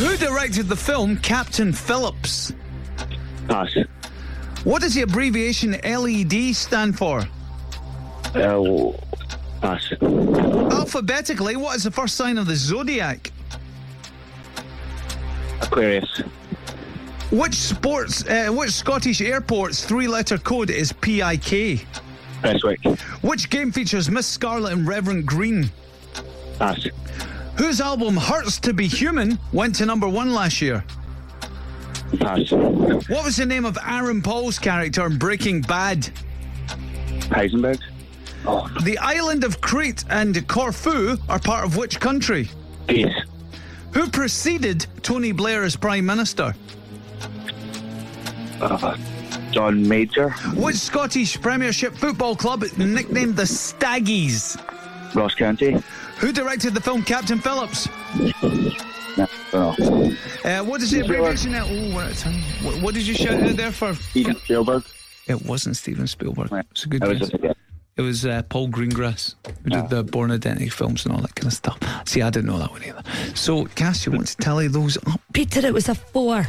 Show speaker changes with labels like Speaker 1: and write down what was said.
Speaker 1: directed the film Captain Phillips?
Speaker 2: Pass.
Speaker 1: What does the abbreviation LED stand for?
Speaker 2: Uh, pass.
Speaker 1: Alphabetically, what is the first sign of the zodiac?
Speaker 2: Aquarius.
Speaker 1: Which sports? Uh, which Scottish airport's three-letter code is PIK?
Speaker 2: Presswick.
Speaker 1: Which game features Miss Scarlet and Reverend Green?
Speaker 2: Pass.
Speaker 1: Whose album Hurts to Be Human went to number one last year?
Speaker 2: Pass.
Speaker 1: What was the name of Aaron Paul's character in Breaking Bad?
Speaker 2: Heisenberg. Oh,
Speaker 1: The island of Crete and Corfu are part of which country?
Speaker 2: Greece.
Speaker 1: Who preceded Tony Blair as Prime Minister?
Speaker 2: Uh, John Major.
Speaker 1: Which Scottish Premiership football club nicknamed the Staggies?
Speaker 2: Ross County.
Speaker 1: Who directed the film Captain Phillips?
Speaker 2: No, no.
Speaker 1: Uh, what is the abbreviation? now? Oh, we're out of time. What, what did you shout out there for?
Speaker 2: Steven Spielberg.
Speaker 1: It wasn't Steven Spielberg.
Speaker 2: Right.
Speaker 1: It's a good
Speaker 2: I was
Speaker 1: guess.
Speaker 2: just yeah.
Speaker 1: It was uh, Paul Greengrass who did the Born Identity films and all that kind of stuff. See, I didn't know that one either. So, Cass, you want to tally those up?
Speaker 3: Peter, it was a four.